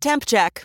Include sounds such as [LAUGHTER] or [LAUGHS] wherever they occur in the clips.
Temp check.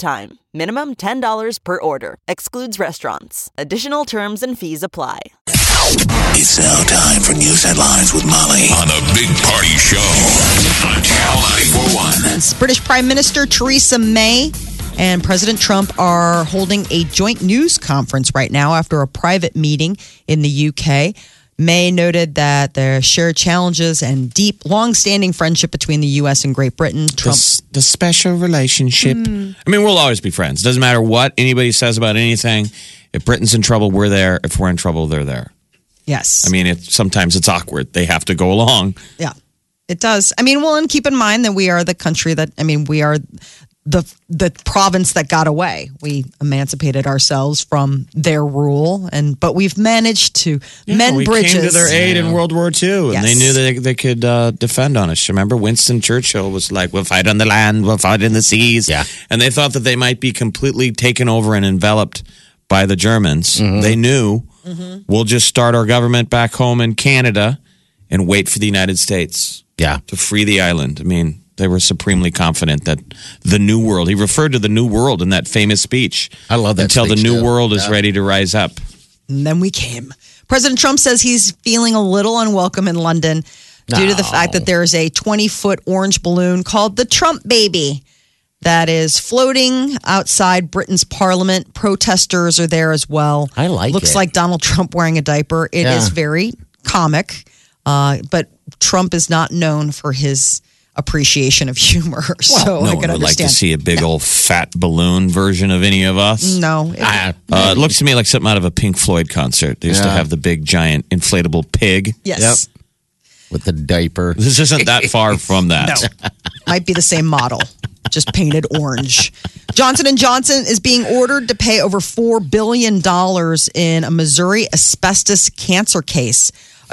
time. Minimum $10 per order. Excludes restaurants. Additional terms and fees apply. It's now time for news headlines with Molly on the Big Party Show on Channel 941. It's British Prime Minister Theresa May and President Trump are holding a joint news conference right now after a private meeting in the UK. May noted that there are shared challenges and deep, long-standing friendship between the U.S. and Great Britain. the, Trump s- the special relationship. Mm. I mean, we'll always be friends. Doesn't matter what anybody says about anything. If Britain's in trouble, we're there. If we're in trouble, they're there. Yes. I mean, it, sometimes it's awkward. They have to go along. yeah. It does. I mean, well, and keep in mind that we are the country that I mean, we are the the province that got away. We emancipated ourselves from their rule and but we've managed to mend we bridges. came to their aid in World War II, and they Yes. knew they, they could uh, defend on us. Remember, Winston Churchill was like, "We'll fight on the land, we'll fight in the seas." Yeah, and they thought that they might be completely taken over and enveloped by the Germans. Mm-hmm. They knew Mm-hmm. we'll just start our government back home in Canada and wait for the United States. Yeah. to free the island. I mean, they were supremely confident that the New World. He referred to the New World in that famous speech. I love that Until the speech, New too. World is ready to rise up. and then we came. President Trump says he's feeling a little unwelcome in London due to the fact that there is a 20 foot orange balloon called the Trump baby that is floating outside Britain's parliament. Protesters are there as well. I like Looks it. like Donald Trump wearing a diaper. It is Yeah. very comic, uh, but Trump is not known for his appreciation of humor. [LAUGHS] so no I one can would like to understand. see a big old fat balloon version of any of us. no, it- I, Uh, it looks to me like something out of a Pink Floyd concert. They used to Yeah. have the big giant inflatable pig. yes, with the diaper. This isn't that [LAUGHS] far from that. might be the same model just painted orange johnson & johnson is being ordered to pay over $4 billion in a missouri asbestos cancer case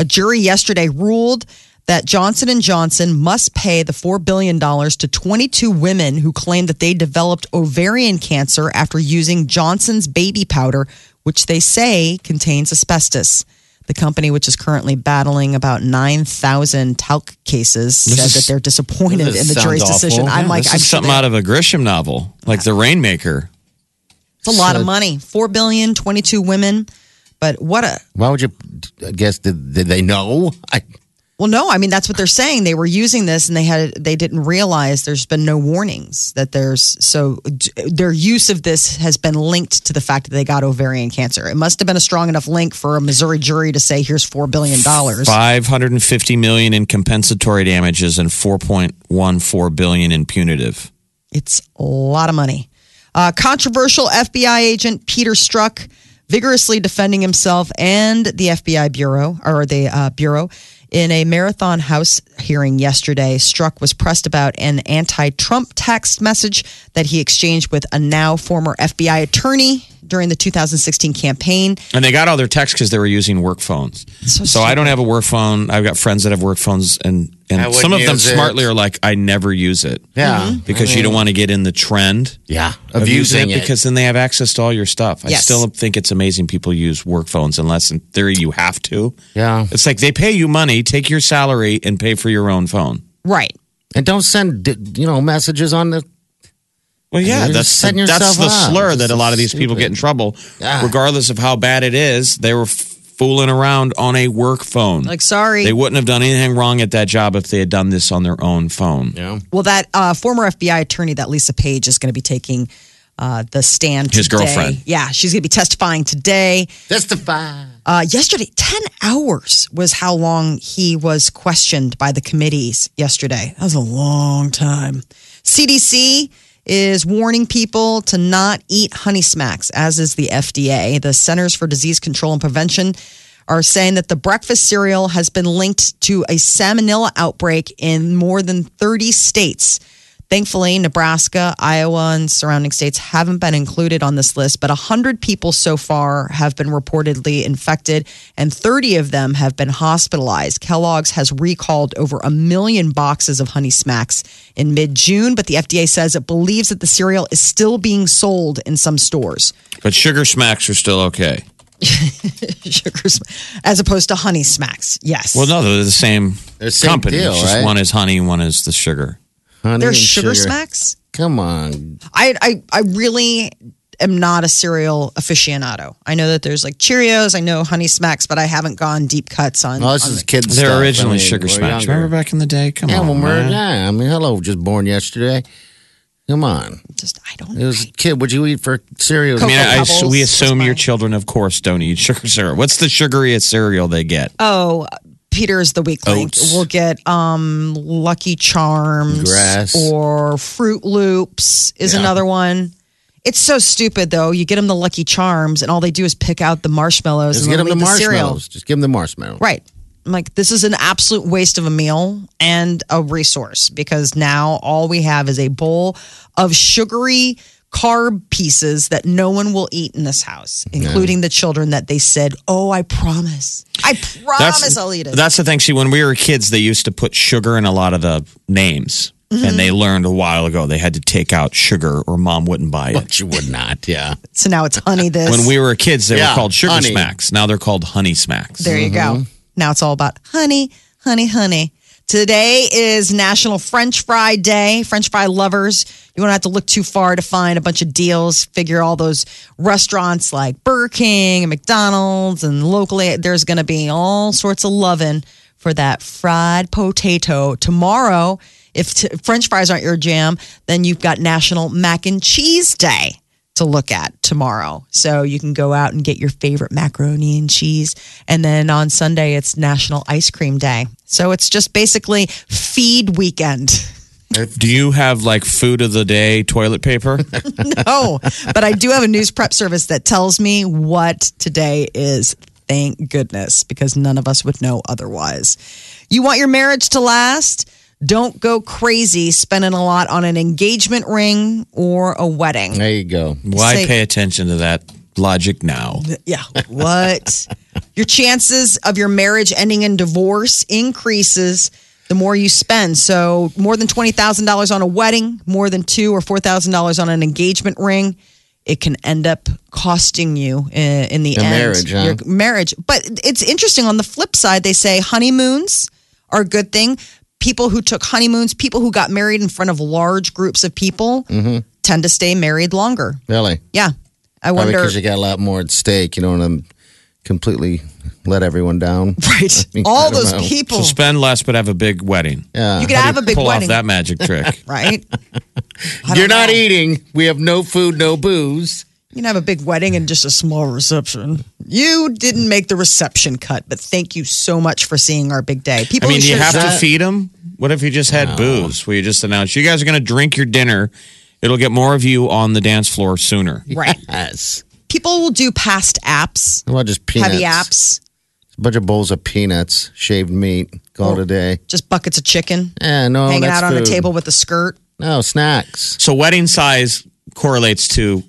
a jury yesterday ruled that johnson & johnson must pay the $4 billion to 22 women who claimed that they developed ovarian cancer after using johnson's baby powder which they say contains asbestos the company, which is currently battling about 9,000 talc cases, said is- that they're disappointed in This the jury's sounds awful. decision. I'm Yeah, like, this I'm is sure something they- out of a Grisham novel, like The Rainmaker. it's a lot of So- money. Four billion, 22 women. But what a Why would you I guess? Did, did they know? I, well, no, I mean that's what they're saying. They were using this, and they had they didn't realize there's been no warnings that there's so d- their use of this has been linked to the fact that they got ovarian cancer. It must have been a strong enough link for a Missouri jury to say, "Here's four billion dollars." Five hundred and fifty million in compensatory damages and four point one four billion in punitive. It's a lot of money. Uh, controversial FBI agent Peter Strzok vigorously defending himself and the FBI bureau or the uh, bureau in a marathon house hearing yesterday. Strzok was pressed about an anti-Trump text message that he exchanged with a now former FBI attorney during the 2016 campaign. And they got all their texts because they were using work phones. So So, I don't have a work phone. I've got friends that have work phones, and, I and wouldn't some of them use it. smartly are like, I never use it. Mm-hmm. yeah, Because you don't want to get in the trend yeah, of, using, it, it because then they have access to all your stuff. I Yes. still think it's amazing people use work phones unless in theory you have to. yeah, It's like they pay you money, take your salary, and pay for your own phone. Right. and don't send d- you know messages on the. Well, yeah, you're that's the, setting that's yourself the up. slur This that a is lot of these people get in trouble, Yeah. regardless of how bad it is. They were f- fooling around on a work phone. Like sorry. They wouldn't have done anything wrong at that job if they had done this on their own phone. Yeah, Well, that uh, former FBI attorney, that Lisa Page, is going to be taking uh, the stand. His today. girlfriend. Yeah, she's going to be testifying today. testify. Uh, yesterday, 10 hours was how long he was questioned by the committees yesterday. That was a long time. CDC is warning people to not eat honey smacks, as is the FDA. The Centers for Disease Control and Prevention are saying that the breakfast cereal has been linked to a salmonella outbreak in more than 30 states. Thankfully, Nebraska, Iowa, and surrounding states haven't been included on this list, but 100 people so far have been reportedly infected, and 30 of them have been hospitalized. Kellogg's has recalled over a million boxes of Honey Smacks in mid June, but the FDA says it believes that the cereal is still being sold in some stores. [LAUGHS] But sugar smacks are still okay. Sugar, sm- as opposed to Honey Smacks. Yes. Well, no, they're the same They're the same company. deal, it's just right? one is honey, one is the sugar. Honey They're and sugar, smacks? Come on. I, I I really am not a cereal aficionado. I know that there's like Cheerios, I know Honey Smacks, but I haven't gone deep cuts on. Oh, this is kids. They're stuff. originally I mean, sugar we're smacks. younger. Remember back in the day? Come Yeah, on, when we're man. yeah, I mean, hello, just born yesterday. Come on, just I don't. it was a kid. What'd you eat for cereal? I mean, I, I- Pebbles we is assume fine. your children, of course, don't eat sugar cereal. What's the sugariest cereal they get? oh, Peter's the weak link. Oats. We'll get um Lucky Charms Grass. or Fruit Loops is Yeah. another one. It's so stupid though. You get them the Lucky Charms, and all they do is pick out the marshmallows Just and get let him the them eat marshmallows. the cereal. Just give him the marshmallows. Right. I'm like, this is an absolute waste of a meal and a resource because now all we have is a bowl of sugary carb pieces that no one will eat in this house, including the children that they said, Oh, I promise. I promise I'll eat it. That's the thing. See, when we were kids, they used to put sugar in a lot of the names, and they learned a while ago they had to take out sugar, or mom wouldn't buy it. But you would not. Yeah, so now it's honey this. When we were kids, they Yeah, were called sugar honey. smacks. Now they're called honey smacks. There you go. Now it's all about honey, honey, honey. Today is National French Fry Day. French fry lovers, you won't have to look too far to find a bunch of deals. Figure all those restaurants like Burger King and McDonald's and locally, there's going to be all sorts of loving for that fried potato. Tomorrow, if t- French fries aren't your jam, then you've got National Mac and Cheese Day to look at tomorrow. So you can go out and get your favorite macaroni and cheese. And then on Sunday, it's National Ice Cream Day. So it's just basically feed weekend. [LAUGHS] Do you have like food of the day [LAUGHS] toilet paper? Oh, but I do have a news prep service that tells me what today is. Thank goodness, because none of us would know otherwise. You want your marriage to last? Don't go crazy spending a lot on an engagement ring or a wedding. there you go. Why Say- pay attention to that logic now? Yeah. What? your chances of your marriage ending in divorce increases the more you spend. So more than twenty thousand dollars on a wedding, more than two or four thousand dollars on an engagement ring. It can end up costing you uh, in the The end marriage, huh? your marriage. But it's interesting. On the flip side, they say honeymoons are a good thing. People who took honeymoons, people who got married in front of large groups of people, Mm-hmm. tend to stay married longer. Really? Yeah, I Probably wonder. Oh, because you got a lot more at stake. You don't want to completely let everyone down. [LAUGHS] Right. mean, I All don't those know. people. So spend less, but have a big wedding. Yeah. you could have a big uh, Pull wedding, off that [LAUGHS] e- magic trick. [LAUGHS] right? I You're don't not know. eating. We have no food, no booze. You can have a big wedding and just a small reception. You didn't make the reception cut, but thank you so much for seeing our big day. I People mean, who do you should've have to done- feed them? What if you just had booze where you just announced, you guys are going to drink your dinner? It'll get more of you on the dance floor sooner. [LAUGHS] right. Yes. People will do past apps, Well, just peanuts. heavy apps, A bunch of bowls of peanuts, shaved meat, call it a day. just buckets of chicken, Yeah, Oh, no, hanging that's Oh. out on a food. table with a skirt. No snacks. So, wedding size correlates to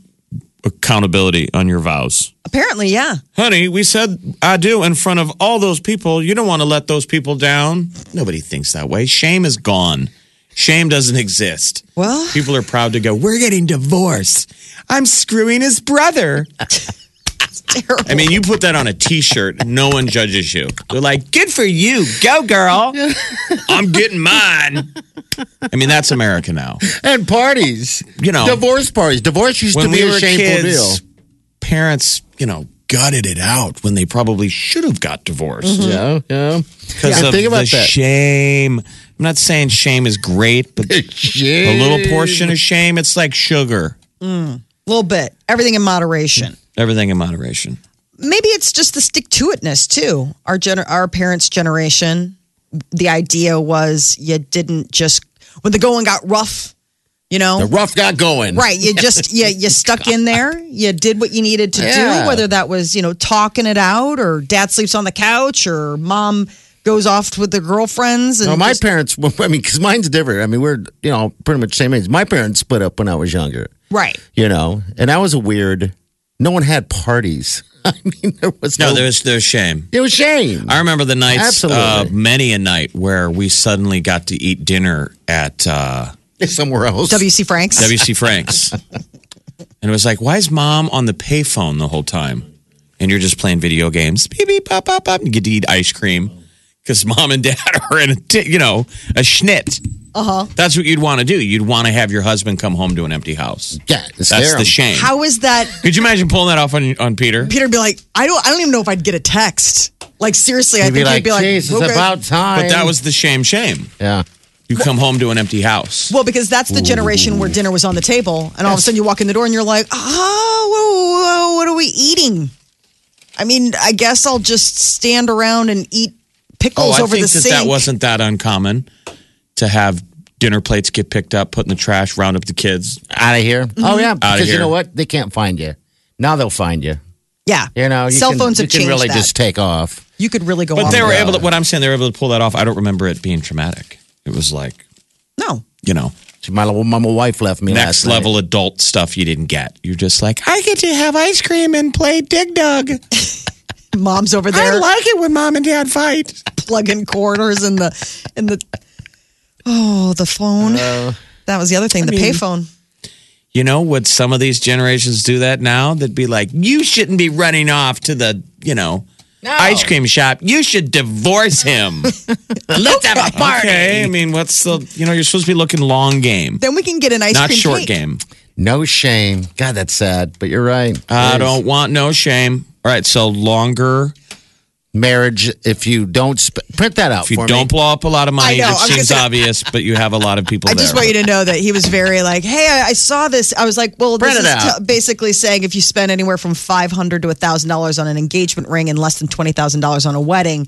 accountability on your vows. Apparently, yeah. Honey, we said I do in front of all those people. You don't want to let those people down. Nobody thinks that way. Shame is gone. Shame doesn't exist. Well- [LAUGHS] people are proud to go, we're getting divorced. I'm screwing his brother. Terrible. I mean, you put that on a t shirt, no one judges you. They're like, good for you. Go, [LAUGHS] girl. I'm getting mine. I mean, that's America now. And parties. You know. Divorce parties. Divorce used to When be we a were shameful kids, deal. parents, you know, gutted it out when they probably should have got divorced. Yeah, yeah. because Yeah. of Think about the that. shame. I'm not saying shame is great, but a Shame. little portion of shame, it's like sugar. a little bit. Everything in moderation. Everything in moderation. maybe it's just the stick to itness too. Our gener- our parents' generation, the idea was you didn't just when the going got rough, you know. The rough got going. Right, you just [LAUGHS] you you stuck in there. You did what you needed to do, Yeah. whether that was you know talking it out, or dad sleeps on the couch, or mom goes off with their girlfriends and No, my just- parents. [LAUGHS] I mean, because mine's different. I mean, we're you know pretty much same age. My parents split up when I was younger. right. You know, and that was a weird. No one had parties. [LAUGHS] I mean, there was no. No, there's there's shame. it was shame. I remember the nights, uh, Absolutely. many a night where we suddenly got to eat dinner at uh, Somewhere else. WC Franks. WC [LAUGHS] Franks, and it was like, why is mom on the payphone the whole time? And you're just playing video games. Beep beep pop pop pop. You get to eat ice cream because mom and dad [LAUGHS] are in a t- you know a schnit. Uh-huh. Uh huh. That's what you'd want to do. You'd want to have your husband come home to an empty house. yeah, it's That's there. the shame. How is that? Could you imagine pulling that off on on Peter? Peter'd be like, I don't, I don't even know if I'd get a text. Like seriously, I You'd be think like, he'd be like, "Jeez, it's okay." about time. But that was the shame, shame. yeah. You come home to an empty house. Well, because that's the generation where dinner was on the table, and all of a sudden you walk in the door and you're like, oh, whoa, whoa, what are we eating? I mean, I guess I'll just stand around and eat Oh, pickles I over think the that sink. that wasn't that uncommon to have dinner plates get picked up, put in the trash, round up the kids. Out of here. Oh yeah, because you here. know what? They can't find you. Now they'll find you. yeah, You know, you cell can, phones you have can changed really that. just take off. you could really go. But on they with were that. able to, what I'm saying, they were able to pull that off. I don't remember it being traumatic. It was like, No, you know, My little my wife left me next last night. level adult stuff you didn't get. You're just like, I get to have ice cream and play dig dug. mom's over I there like it when mom and dad fight. plugging quarters in the in the. Oh, the phone. Uh, that was the other thing. the payphone. You know, would some of these generations do that now? That'd be like, you shouldn't be running off to the, you know, ice cream shop. You should divorce [LAUGHS] him. Let's have a party. Okay, I mean, what's the, you know, you're supposed to be looking long game, Then we can get an ice not cream short cake. game. No shame. God, that's sad. But you're right. It I is. don't want no shame. All right, so longer. marriage. If you don't sp- print that out If you for don't me. blow up a lot of money, I know, it I was seems gonna say- obvious, but you have a lot of [LAUGHS] people I there. just want you to know that he was very like, hey, I, I saw this. I was like, well, this Print it is out. t- basically saying if you spend anywhere from five hundred to thousand dollars on an engagement ring and less than twenty thousand dollars on a wedding,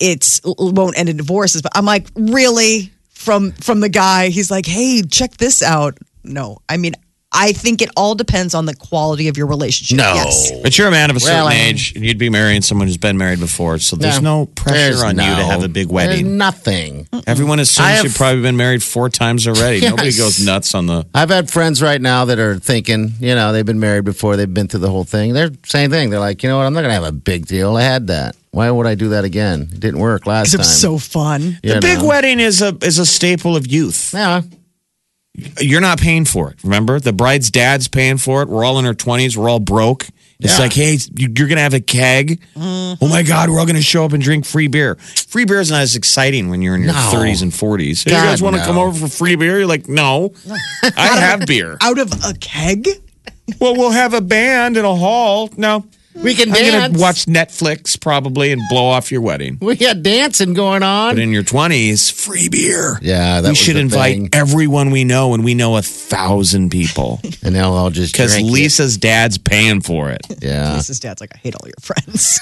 it's it won't end in divorces. But I'm like, really? From from the guy, he's like, hey, check this out. No, I mean, I think it all depends on the quality of your relationship. No. Yes. But you're a man of a certain Well, I- age, and you'd be marrying someone who's been married before, so there's no, pressure There's on you to no- have a big There's wedding. nothing. Everyone assumes I have- you've probably been married four times [LAUGHS] already. Yes. Nobody goes nuts on the. I've had friends right now that are thinking, you know, they've been married before, they've been through the whole thing. They're same thing. They're like, you know what? I'm not gonna have a big deal. I had that. Why would I do that again? It didn't work last Because it time. was so fun. You The big know? wedding is a is a staple of youth. Yeah. You're not paying for it. Remember, the bride's dad's paying for it. We're all in our twenties. We're all broke. It's Yeah. like, hey, you- you're gonna have a keg. Oh my God, we're all gonna show up and drink free beer. Free beer is not as exciting when you're in your No. 30s and 40s. Hey, you God, guys want to no. come over for free beer? You're like, no, [LAUGHS] I have [LAUGHS] beer. Out of a keg? Well, we'll have a band in a hall. No, We can I'm dance. gonna watch Netflix probably and blow off your wedding. We got dancing going on. But in your 20s, free beer. Yeah, that we was should the invite thing. everyone, everyone we know, and we know a thousand [LAUGHS] people and they'll all just because drink it. Lisa's dad's paying for it. Yeah. Lisa's dad's like, I hate all your friends.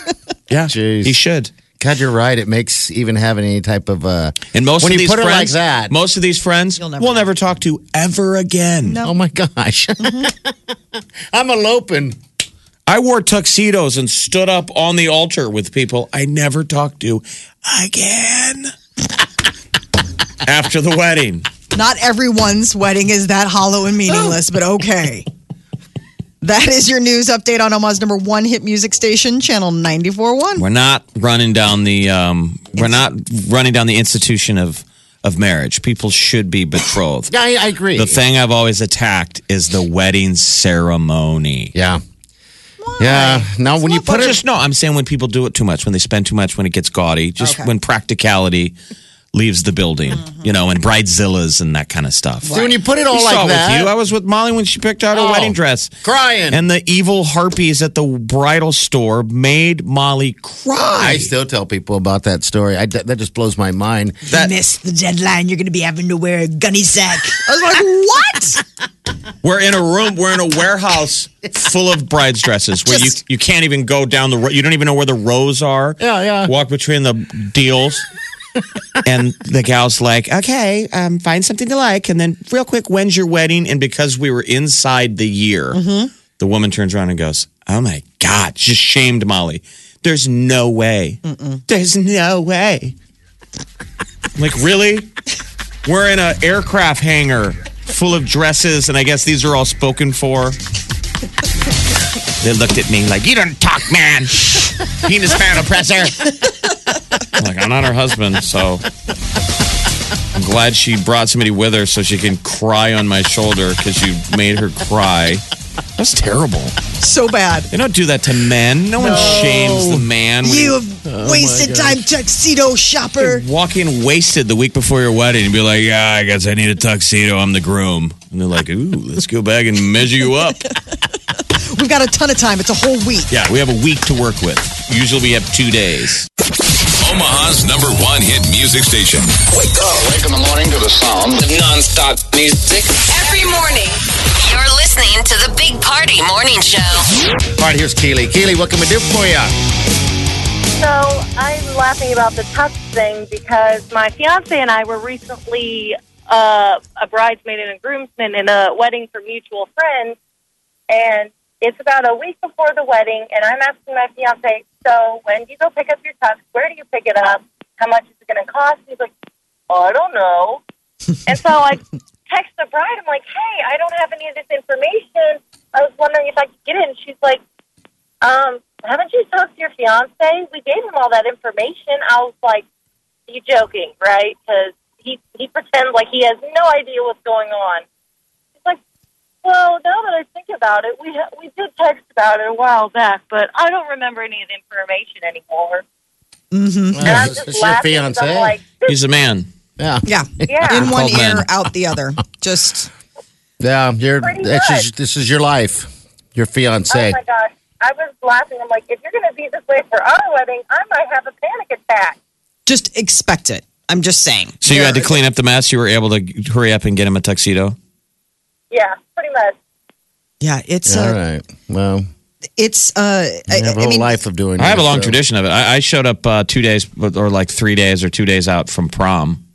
Yeah, Jeez. he should. God, you're right. It makes even having any type of uh. And most when of you these put friends, it like that. most of these friends, You'll never we'll know. never talk to ever again. oh my gosh, Mm-hmm. [LAUGHS] I'm eloping. I wore tuxedos and stood up on the altar with people I never talked to again [LAUGHS] after the wedding. Not everyone's wedding is that hollow and meaningless, but okay. That is your news update on Omaha's number one hit music station, Channel 94.1. We're not running down the um, we're not running down the institution of of marriage. People should be betrothed. Yeah, I, I agree. The thing I've always attacked is the wedding ceremony. Yeah. Yeah. Now, when you But put it, just no, I'm saying when people do it too much, when they spend too much, when it gets gaudy, just Okay. when practicality leaves the building, you know, and bridezillas and that kind of stuff. see, Mm-hmm. when you put it all You like saw it that, with you. I was with Molly when she picked out her Oh, wedding dress. crying. And the evil harpies at the bridal store made Molly I cry. still tell people about that story. I, that just blows my mind. That- Missed the deadline. You're going to be having to wear a gunny sack. [LAUGHS] I was like, what? We're in a room. We're in a warehouse full of brides dresses where Just- you you can't even go down the road. You don't even know where the rows are. Yeah, yeah. Walk between the [LAUGHS] deals. and the gal's like, okay, um, find something to like. And then, real quick, when's your wedding? And because we were Mm-hmm. inside the year, the woman turns around and goes, oh my God, just shamed Molly. There's no way. There's no way. like, really? We're in an aircraft hangar full of dresses, and I guess these are all spoken for. They looked at me like, you don't talk, man. Penis man oppressor. I'm [LAUGHS] like, I'm not her husband, so I'm glad she brought somebody with her so she can cry on my shoulder because you made her cry. That's terrible. So bad. They don't do that to men. No, one shames the man. when You have wasted time, tuxedo shopper. you walk in wasted the week before your wedding and be like, yeah, I guess I need a tuxedo. I'm the groom. And they're like, ooh, let's go back and measure you up. We've got a ton of time. It's a whole week. Yeah, we have a week to work with. Usually we have two days. Omaha's number one hit music station. Wake up. Wake in the morning to the sound of non-stop music. Every morning, you're listening to the Big Party Morning Show. All right, here's Keely. Keely, what can we do for you? So I'm laughing about the tux thing because my fiance and I were recently uh, a bridesmaid and a groomsman in a wedding for mutual friends, and it's about a week before the wedding, and I'm asking my fiance, so when do you go pick up your tux? Where do you pick it up? How much is it going to cost? He's like, I don't know. and so I text the bride. I'm like, hey, I don't have any of this information. I was wondering if I could get it. And she's like, um, haven't you talked to your fiance? We gave him all that information. I was like, you joking, right? Because he, he pretends like he has no idea what's going on. It's like, well, now that I think about it, we, ha- we did text about it a while back, but I don't remember any of the information anymore. Mm-hmm. And I'm It's- just it's your laughing. 'cause I'm fiancé. like, He's a man. Yeah. Yeah. Yeah. In one Called men. ear, out the other. Just Yeah, you're, Pretty this, good. is, this is your life, your fiance. Oh my gosh. I was laughing. I'm like, if you're going to be this way for our wedding, I might have a panic attack. just expect it. I'm just saying. So you had to clean up the mess. You were able to hurry up and get him a tuxedo. Yeah, pretty much. Yeah, it's All uh, right. Well, it's uh I, you have a I whole mean, life of doing I have a that, long so- tradition of it. I, I showed up uh, two days or like three days or two days out from prom.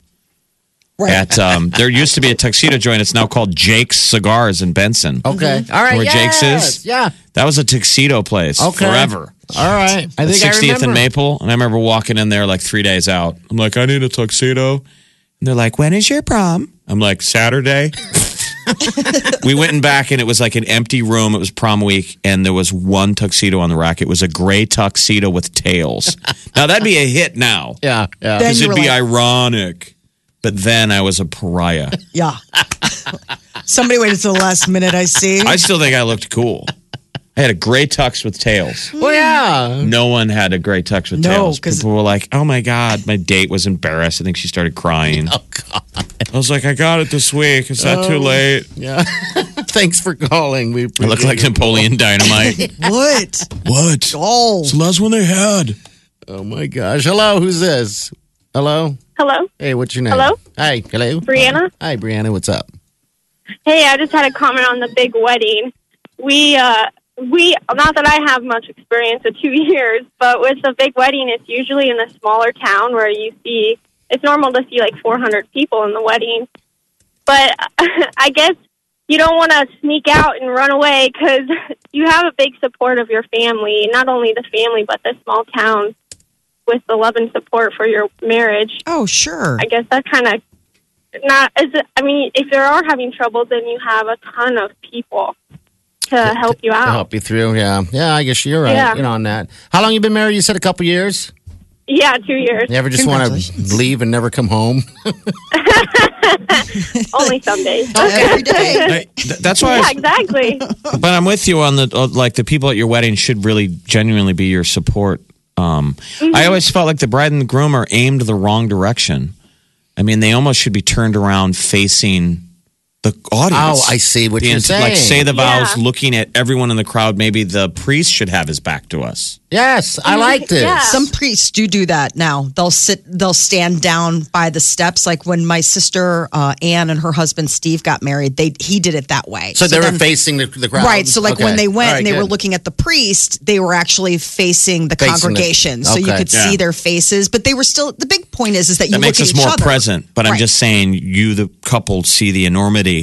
Right. [LAUGHS] At um, there used to be a tuxedo joint. It's now called Jake's Cigars in Benson. Okay. All right. Where Jake's yes. is? Yeah. That was a tuxedo place Okay. forever. All right. I think I 60th and remember. Maple, and I remember walking in there like three days out. I'm like, I need a tuxedo, and they're like, When is your prom? I'm like, Saturday. [LAUGHS] we went in back, and it was like an empty room. It was prom week, and there was one tuxedo on the rack. It was a gray tuxedo with tails. now that'd be a hit now. Yeah. Yeah. Then Because you it'd were be like- ironic. But then I was a pariah. Yeah. [LAUGHS] Somebody waited till the last minute, I see. I still think I looked cool. I had a gray tux with tails. well, yeah. No one had a gray tux with No, tails. 'cause- People were like, "Oh my god, my date was embarrassed." I think she started crying. Oh god! I was like, "I got it this week. Is that too late?" Yeah. Thanks for calling. We I look like appreciate it. Napoleon Dynamite. what? [LAUGHS] what? Oh. the last one they had. Oh my gosh. Hello. Who's this? Hello. Hello, Hey, what's your name? Hello? Hi. Hello. Brianna. Hi, Brianna. What's up? Hey, I just had a comment on the big wedding. We uh we not that I have much experience of two [LAUGHS] years, but with the big wedding, it's usually in a smaller town where you see it's normal to see like 400 people in the wedding. But [LAUGHS] I guess you don't want to sneak out and run away because [LAUGHS] you have a big support of your family, not only the family but the small town with the love and support for your marriage. Oh, sure. I guess that kind of not. Is it, I mean, if there are having trouble, then you have a ton of people to help you To out. help you through. Yeah. Yeah. I guess you're right. Oh. Yeah. You know on that. How long you been married? You said a couple years. Yeah, two years. You ever just want Congratulations. to leave and never come [LAUGHS] home? Only some days. [LAUGHS] Every day. that's why. I yeah, was- exactly. but I'm with you on the uh, like the people at your wedding should really genuinely be your support. Um, I always felt like the bride and the groom are aimed the wrong direction. I mean, they almost should be turned around facing the audience. Oh, I see what The you're int- Like say saying. the vows, Yeah. looking at everyone in the crowd. Maybe the priest should have his back to us. yes. I like this. Yeah. Some priests do do that now. They'll sit, they'll stand down by the steps. Like when my sister uh, Anne and her husband Steve got married, they he did it that way. So, they were then- facing the, the crowd. Right. So, like when Okay. they went All right, and they were good. looking at the priest, they were actually facing the Facing the- congregation, so you okay. could Yeah. see their faces. But they were still. The big point is, is that you That look makes at us each more other. present. But I'm Right. just saying, you the couple see the enormity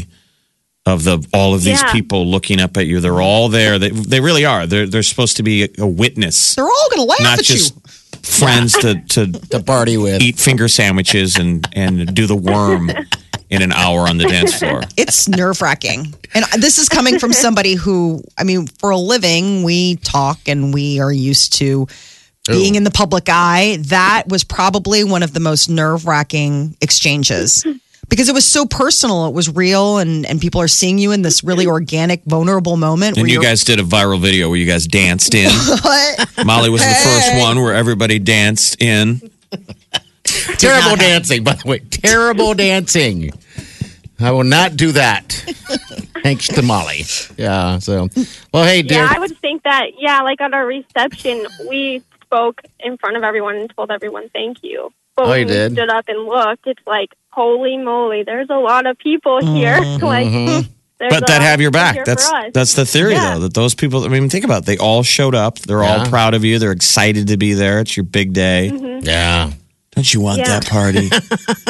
of the all of these Yeah. people looking up at you. They're all there. They they really are. They're they're supposed to be a witness, They're all going to laugh not at just you. friends to [LAUGHS] to to party with. eat finger sandwiches and and do the worm in an hour on the dance [LAUGHS] floor. It's nerve wracking. And this is coming from somebody who, I mean, for a living, we talk and we are used to being in the public eye. That was probably one of the most nerve wracking exchanges because it was so personal. It was real, and, and people are seeing you in this really organic, vulnerable moment. And where you you're- guys did a viral video where you guys [LAUGHS] danced in. Molly was the first one where everybody danced in. Terrible dancing, by the way. [LAUGHS] Terrible dancing. I will not do that. Thanks to Molly. Yeah. So, well, hey, dear. Yeah, I would think that, yeah, like at our reception, we spoke in front of everyone and told everyone thank you. But Oh, when you we did? stood up and looked, it's like, holy moly, there's a lot of people here. [LAUGHS] like, there's But a that lot have your of people back. here That's for us. that's the theory Yeah. though. That those people I mean think about it. They all showed up. They're all Yeah. proud of you. They're excited to be there. It's your big day. yeah. Don't you want Mm-hmm. Yeah. that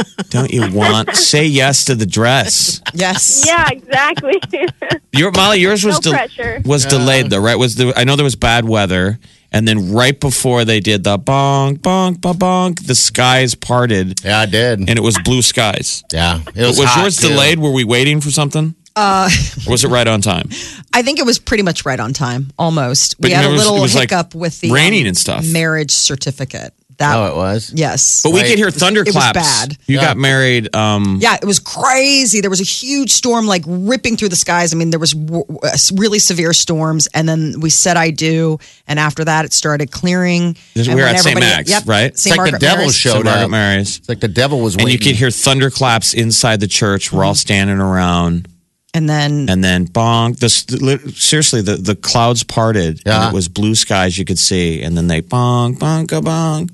[LAUGHS] party? Don't you want say yes to the dress. yes. yeah, exactly. [LAUGHS] Your Molly, yours was no del- pressure. was delayed though, right? Was the I know there was bad weather, and then right before they did the bonk bonk bonk bonk, the skies parted Yeah, I did. and it was blue skies. yeah. It Was, hot, yours too. delayed? Were we waiting for something? Uh, Or was it right [LAUGHS] on time? I think it was pretty much right on time, almost. But we had a it was- little it was, like, hiccup with the um, raining and stuff. marriage certificate. That Oh, it was? yes, But we Right. could hear It was- thunderclaps. bad. You Yeah. got married. Um, Yeah, it was crazy. There was a huge storm like ripping through the skies. I mean, there was w- w- uh, really severe storms, and then we said I do, and after that it started clearing. This- And we were when at St. everybody- Mac's, right? It's It's St. like Margaret the devil Mary's. showed St. Margaret up. Mary's. It's like the devil was And waiting. you could hear thunderclaps inside the church. We're all Mm-hmm. standing around, And then and then bonk. The s- li- seriously, the, the clouds parted, Yeah. and it was blue skies you could see. And then they bonk bonk go bonk.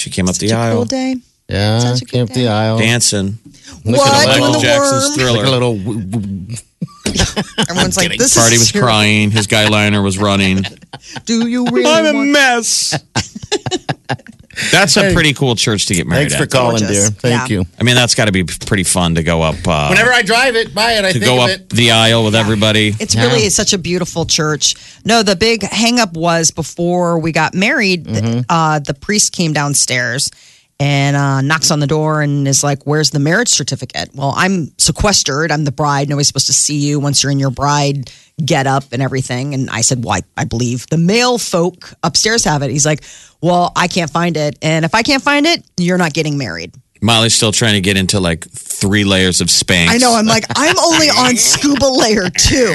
She came up the such a cool aisle [LAUGHS] day. yeah, Such a came good up the aisle. dancing. at what doing Oh. Michael the Jackson's worm? Thriller. Like a little w- w- Everyone's like, "This Party was is your- crying. His guy liner was running. Do you [LAUGHS] really? [LAUGHS] I'm a want- [LAUGHS] mess. That's a pretty cool church to get married Thanks for at. calling, dear. Gorgeous. Thank Yeah. you. I mean, that's got to be pretty fun to go up. Uh, Whenever I drive it, buy it. I to think go of up it. the aisle with everybody. It's really such a beautiful church. No, the big hang up was before we got married, th- uh, the priest came downstairs and uh, knocks on the door and is like, Where's the marriage certificate? Well, I'm sequestered. I'm the bride. Nobody's supposed to see you once you're in your bride get up and everything. And I said, Well, I, I believe the male folk upstairs have it. He's like, Well, I can't find it. And if I can't find it, you're not getting married. Molly's still trying to get into like three layers of Spanx. I know. I'm like, I'm only [LAUGHS] on scuba layer two.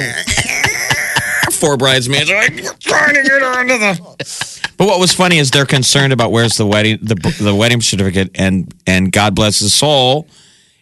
Four bridesmaids are like, we're trying to get her into the. [LAUGHS] But what was funny is they're concerned about where's the wedding, the, the wedding certificate, and and God bless his soul,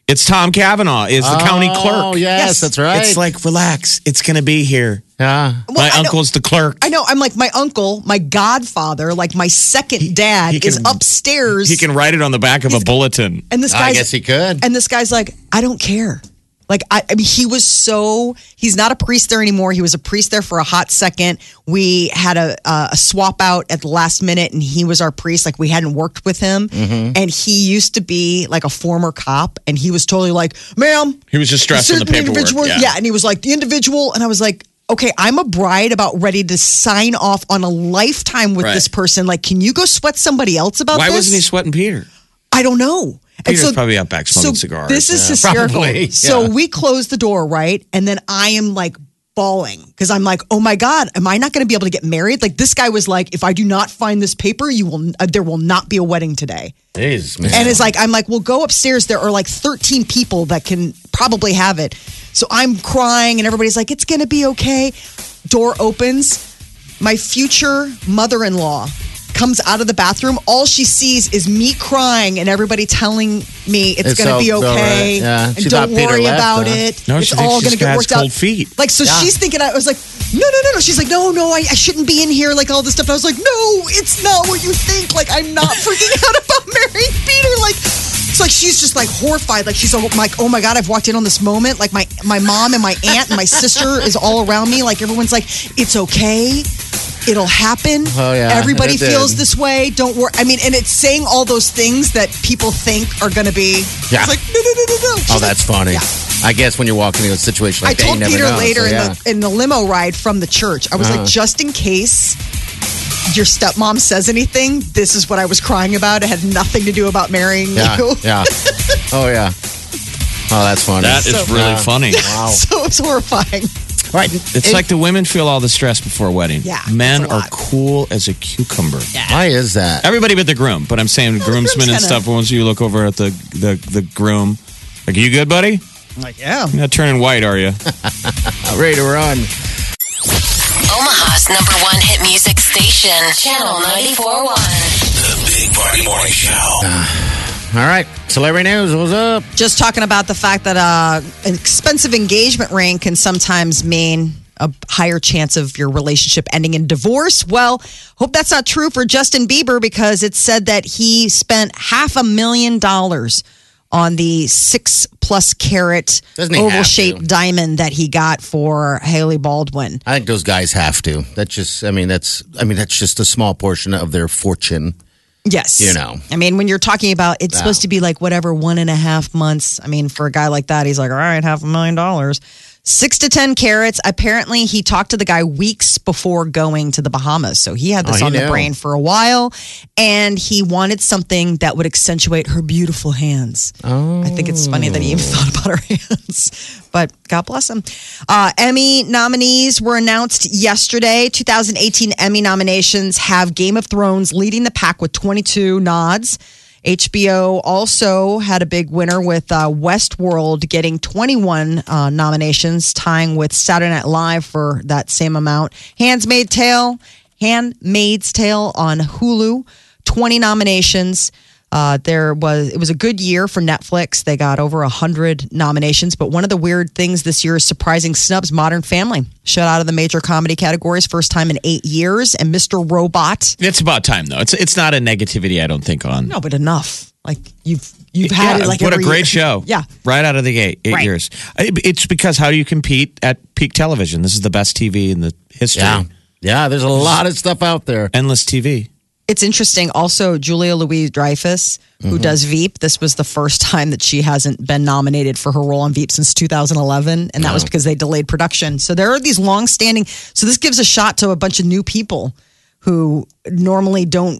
it's Tom Cavanaugh is the county clerk. Oh, yes, Yes. that's right. It's like relax, it's gonna be here. yeah. Well, My I know- uncle's the clerk. I know. I'm like my uncle, my godfather, like my second dad he can- is upstairs, He can Ah, write it on the back of a bulletin. and this I guy's guess he could. and this guy's like, I don't care. Like I, I mean, he was so he's not a priest there anymore. He was a priest there for a hot second. We had a uh, a swap out at the last minute, and he was our priest. Like we hadn't worked with him, Mm-hmm. and he used to be like a former cop, and he was totally like, "Ma'am, He was just stressing the certain paperwork. individual- Yeah. yeah. and he was like the individual, and I was like, okay, I'm a bride about ready to sign off on a lifetime with Right. this person. Like, can you go sweat somebody else about Why this? wasn't he sweating Peter? I don't know. And Peter's probably out back smoking so cigars. This is hysterical. probably, So yeah. we close the door, right? And then I am like bawling because I'm like, oh my God, am I not going to be able to get married? Like this guy was like, if I do not find this paper, you will, uh, there will not be a wedding today. Jeez, man. And it's like, I'm like, well, go upstairs. There are like 13 people that can probably have it. So I'm crying, and everybody's like, it's going to be okay. Door opens. My future mother in law comes out of the bathroom. All she sees is me crying and everybody telling me it's, It's going to be all- all right. okay. Yeah. And She thought don't Peter worry left, about huh? it. No, it's she thinks all she going to just get has worked out. cold feet. Like, so she's thinking, I was like, no, no, no, no. She's like, no, no, I, I shouldn't be in here, like all this stuff. And I was like, no, it's not what you think. Like, I'm not [LAUGHS] freaking out about marrying Peter. Like, it's like she's just like horrified. Like, she's all, like, oh my God, I've walked in on this moment. Like, my, my mom and my aunt and my [LAUGHS] sister is all around me. Like, everyone's like, it's okay. It'll happen. Oh, yeah. Everybody It did. feels this way. Don't worry. I mean, and it's saying all those things that people think are going to be. Yeah. It's like, no, no, no, no, no. She's oh, like, that's funny. I guess when you're walking into a situation I like that, told you never Peter know, later so, yeah. Uh-huh. in the in the limo ride from the church. I was like, just in case your stepmom says anything, this is what I was crying about. It had nothing to do about marrying yeah, you. [LAUGHS] yeah. Oh yeah. Oh, that's funny. That is really Yeah. [LAUGHS] funny. Wow. So it's horrifying. All right. It's like the women feel all the stress before wedding. Yeah, Men it's a are lot. cool as a cucumber. Why is that? Everybody but the groom, but [LAUGHS] I'm saying groomsmen and kinda- stuff. Once you look over at the, the, the groom, like, you good, buddy? I'm like, yeah. You're not turning [LAUGHS] white, are you? I'm ready to run. Omaha's number one hit music station, Channel 94.1. The Big Party Morning Show. All right. Celebrity news. What's up? Just talking about the fact that uh, an expensive engagement ring can sometimes mean a higher chance of your relationship ending in divorce. Well, hope that's not true for Justin Bieber because it's said that he spent half a million dollars on the six plus carat Doesn't he have oval shaped to? diamond that he got for Haley Baldwin. I think those guys have to. That's just. I mean, that's. I mean, that's just a small portion of their fortune. Yes. You know. I mean, when you're talking about it's Wow. supposed to be like whatever one and a half months. I mean, for a guy like that, he's like, all right, half a million dollars. Six to 10 carats. Apparently, he talked to the guy weeks before going to the Bahamas. So he had this Oh, he on the knew. brain for a while. And he wanted something that would accentuate her beautiful hands. I think it's funny that he even [LAUGHS] thought about her hands, but God bless him. Uh, Emmy nominees were announced yesterday. 2018 Emmy nominations have Game of Thrones leading the pack with 22 nods. HBO also had a big winner with uh, Westworld getting 21 uh, nominations, tying with Saturday Night Live for that same amount. Handmaid's Tale, Handmaid's Tale on Hulu, 20 nominations. Uh, there was it was a good year for Netflix. They got over hundred nominations. But one of the weird things this year is surprising snubs. Modern Family shut out of the major comedy categories first time in eight years, and Mr. Robot. It's about time, though. It's it's not a negativity, I don't think, on. No, but enough. Like you've you've had Yeah, it. Like what a every great year. show. Yeah, Right out of the gate, eight Right. years. It- It's because how do you compete at peak television? This is the best TV in the history. Yeah. Yeah. There's a lot of stuff out there. Endless TV. it's interesting. Also, Julia Louis Dreyfus, Mm-hmm. who does Veep, this was the first time that she hasn't been nominated for her role on Veep since 2011, and that was because they delayed production. So there are these long-standing. So this gives a shot to a bunch of new people who normally don't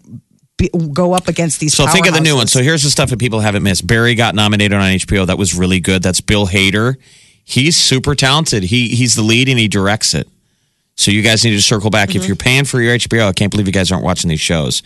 be, go up against these. So think of the new powerhouses. one. So here's the stuff that people haven't missed. Barry got nominated on HBO. That was really good. That's Bill Hader. He's super talented. He he's the lead and he directs it. So you guys need to circle back Mm-hmm. if you're paying for your HBO. I can't believe you guys aren't watching these shows.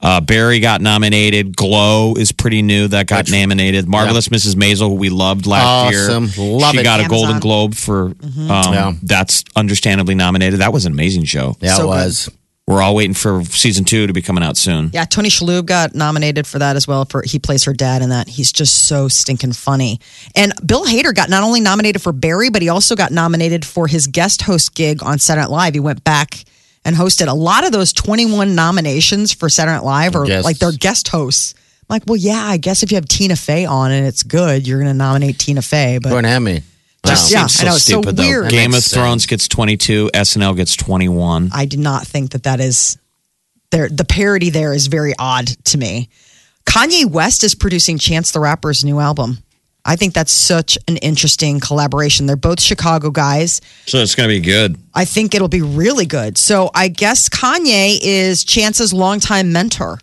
Uh, Barry got nominated. Glow is pretty new. That got nominated. Marvelous Mrs. Maisel, who we loved last Awesome. year. Love she it. Mm-hmm. got a Amazon. Golden Globe for. Um, Yeah. That's understandably nominated. That was an amazing show. Yeah, So it good. was. We're all waiting for season two to be coming out soon. Yeah, Tony Shalhoub got nominated for that as well. For he plays her dad in that. He's just so stinking funny. And Bill Hader got not only nominated for Barry, but he also got nominated for his guest host gig on Saturday Night Live. He went back and hosted a lot of those twenty-one nominations for Saturday Night Live, or Guests. like their guest hosts. I'm like, well, yeah, I guess if you have Tina Fey on and it's good, you're going to nominate Tina Fey. But Go and have me. Just Yeah, seems so I know, it's so stupid though. weird. Game of Makes sense. Thrones gets 22, SNL gets 21. I do not think that that is there. The parody there is very odd to me. Kanye West is producing Chance the Rapper's new album. I think that's such an interesting collaboration. They're both Chicago guys. So it's going to be good. I think it'll be really good. So I guess Kanye is Chance's longtime mentor.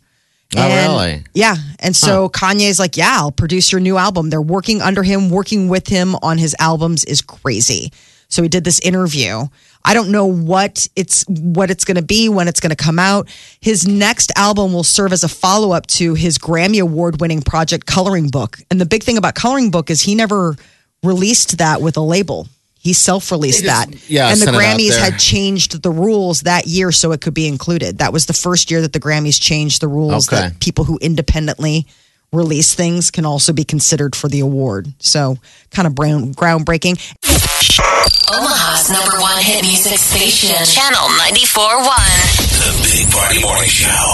Oh, And- really? Yeah. And so Kanye's like, yeah, I'll produce your new album. They're working under him, working with him on his albums is crazy. So he did this interview. I don't know what it's what it's going to be, when it's going to come out. His next album will serve as a follow-up to his Grammy award-winning project Coloring Book. And the big thing about Coloring Book is he never released that with a label. He self-released They just- that. yeah, and the sent it out Grammys there. had changed the rules that year so it could be included. That was the first year that the Grammys changed the rules Okay. that people who independently release things can also be considered for the award. So, kind of brown, groundbreaking. Omaha's number one hit music station, Channel 94.1. The Big Party Morning Show.